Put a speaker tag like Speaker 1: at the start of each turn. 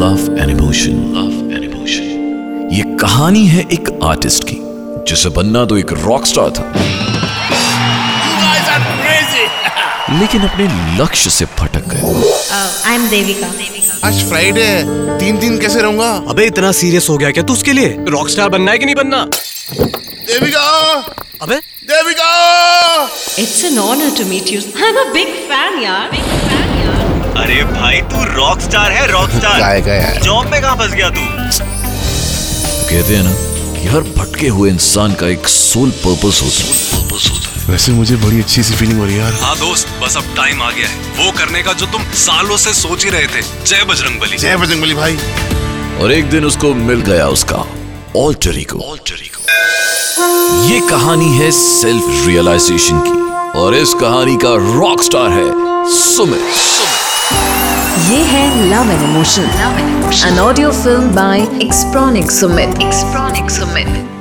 Speaker 1: Love and emotion
Speaker 2: love and emotion
Speaker 1: ये कहानी है एक आर्टिस्ट की जिसे बनना तो एक रॉक स्टार था
Speaker 2: You guys are crazy.
Speaker 1: लेकिन अपने लक्ष्य से भटक गए
Speaker 3: आई एम देविका
Speaker 4: आज फ्राइडे है तीन दिन कैसे रहूंगा
Speaker 5: अबे इतना सीरियस हो गया क्या तू उसके लिए रॉकस्टार बनना है कि नहीं बनना
Speaker 4: देविका
Speaker 5: अबे
Speaker 4: Devika
Speaker 3: it's an honour to meet you I am a big fan यार बिग फैन यार
Speaker 6: अरे भाई तू रॉक स्टार है रॉक
Speaker 4: गाय
Speaker 6: स्टार
Speaker 4: का यार
Speaker 6: जॉब में कहाँ फंस गया तू
Speaker 1: कहते हैं ना कि हर भटके हुए इंसान का एक सोल पर्पस होता है पर्पस होता है
Speaker 4: वैसे मुझे बड़ी अच्छी सी फीलिंग हो रही है यार
Speaker 5: हाँ दोस्त बस अब टाइम आ गया है वो करने का जो तुम सालों से सोच ही रहे थे जय बजरंग बली
Speaker 4: जय बजरंग बली भाई
Speaker 1: और एक दिन उसको मिल गया उसका ऑल्टर ईगो ये कहानी है सेल्फ रियलाइजेशन की और इस कहानी का रॉक स्टार है सुमित
Speaker 7: ये है love and emotion an audio film by एक्सप्रॉनिक सुमित एक्सप्रॉनिक सुमित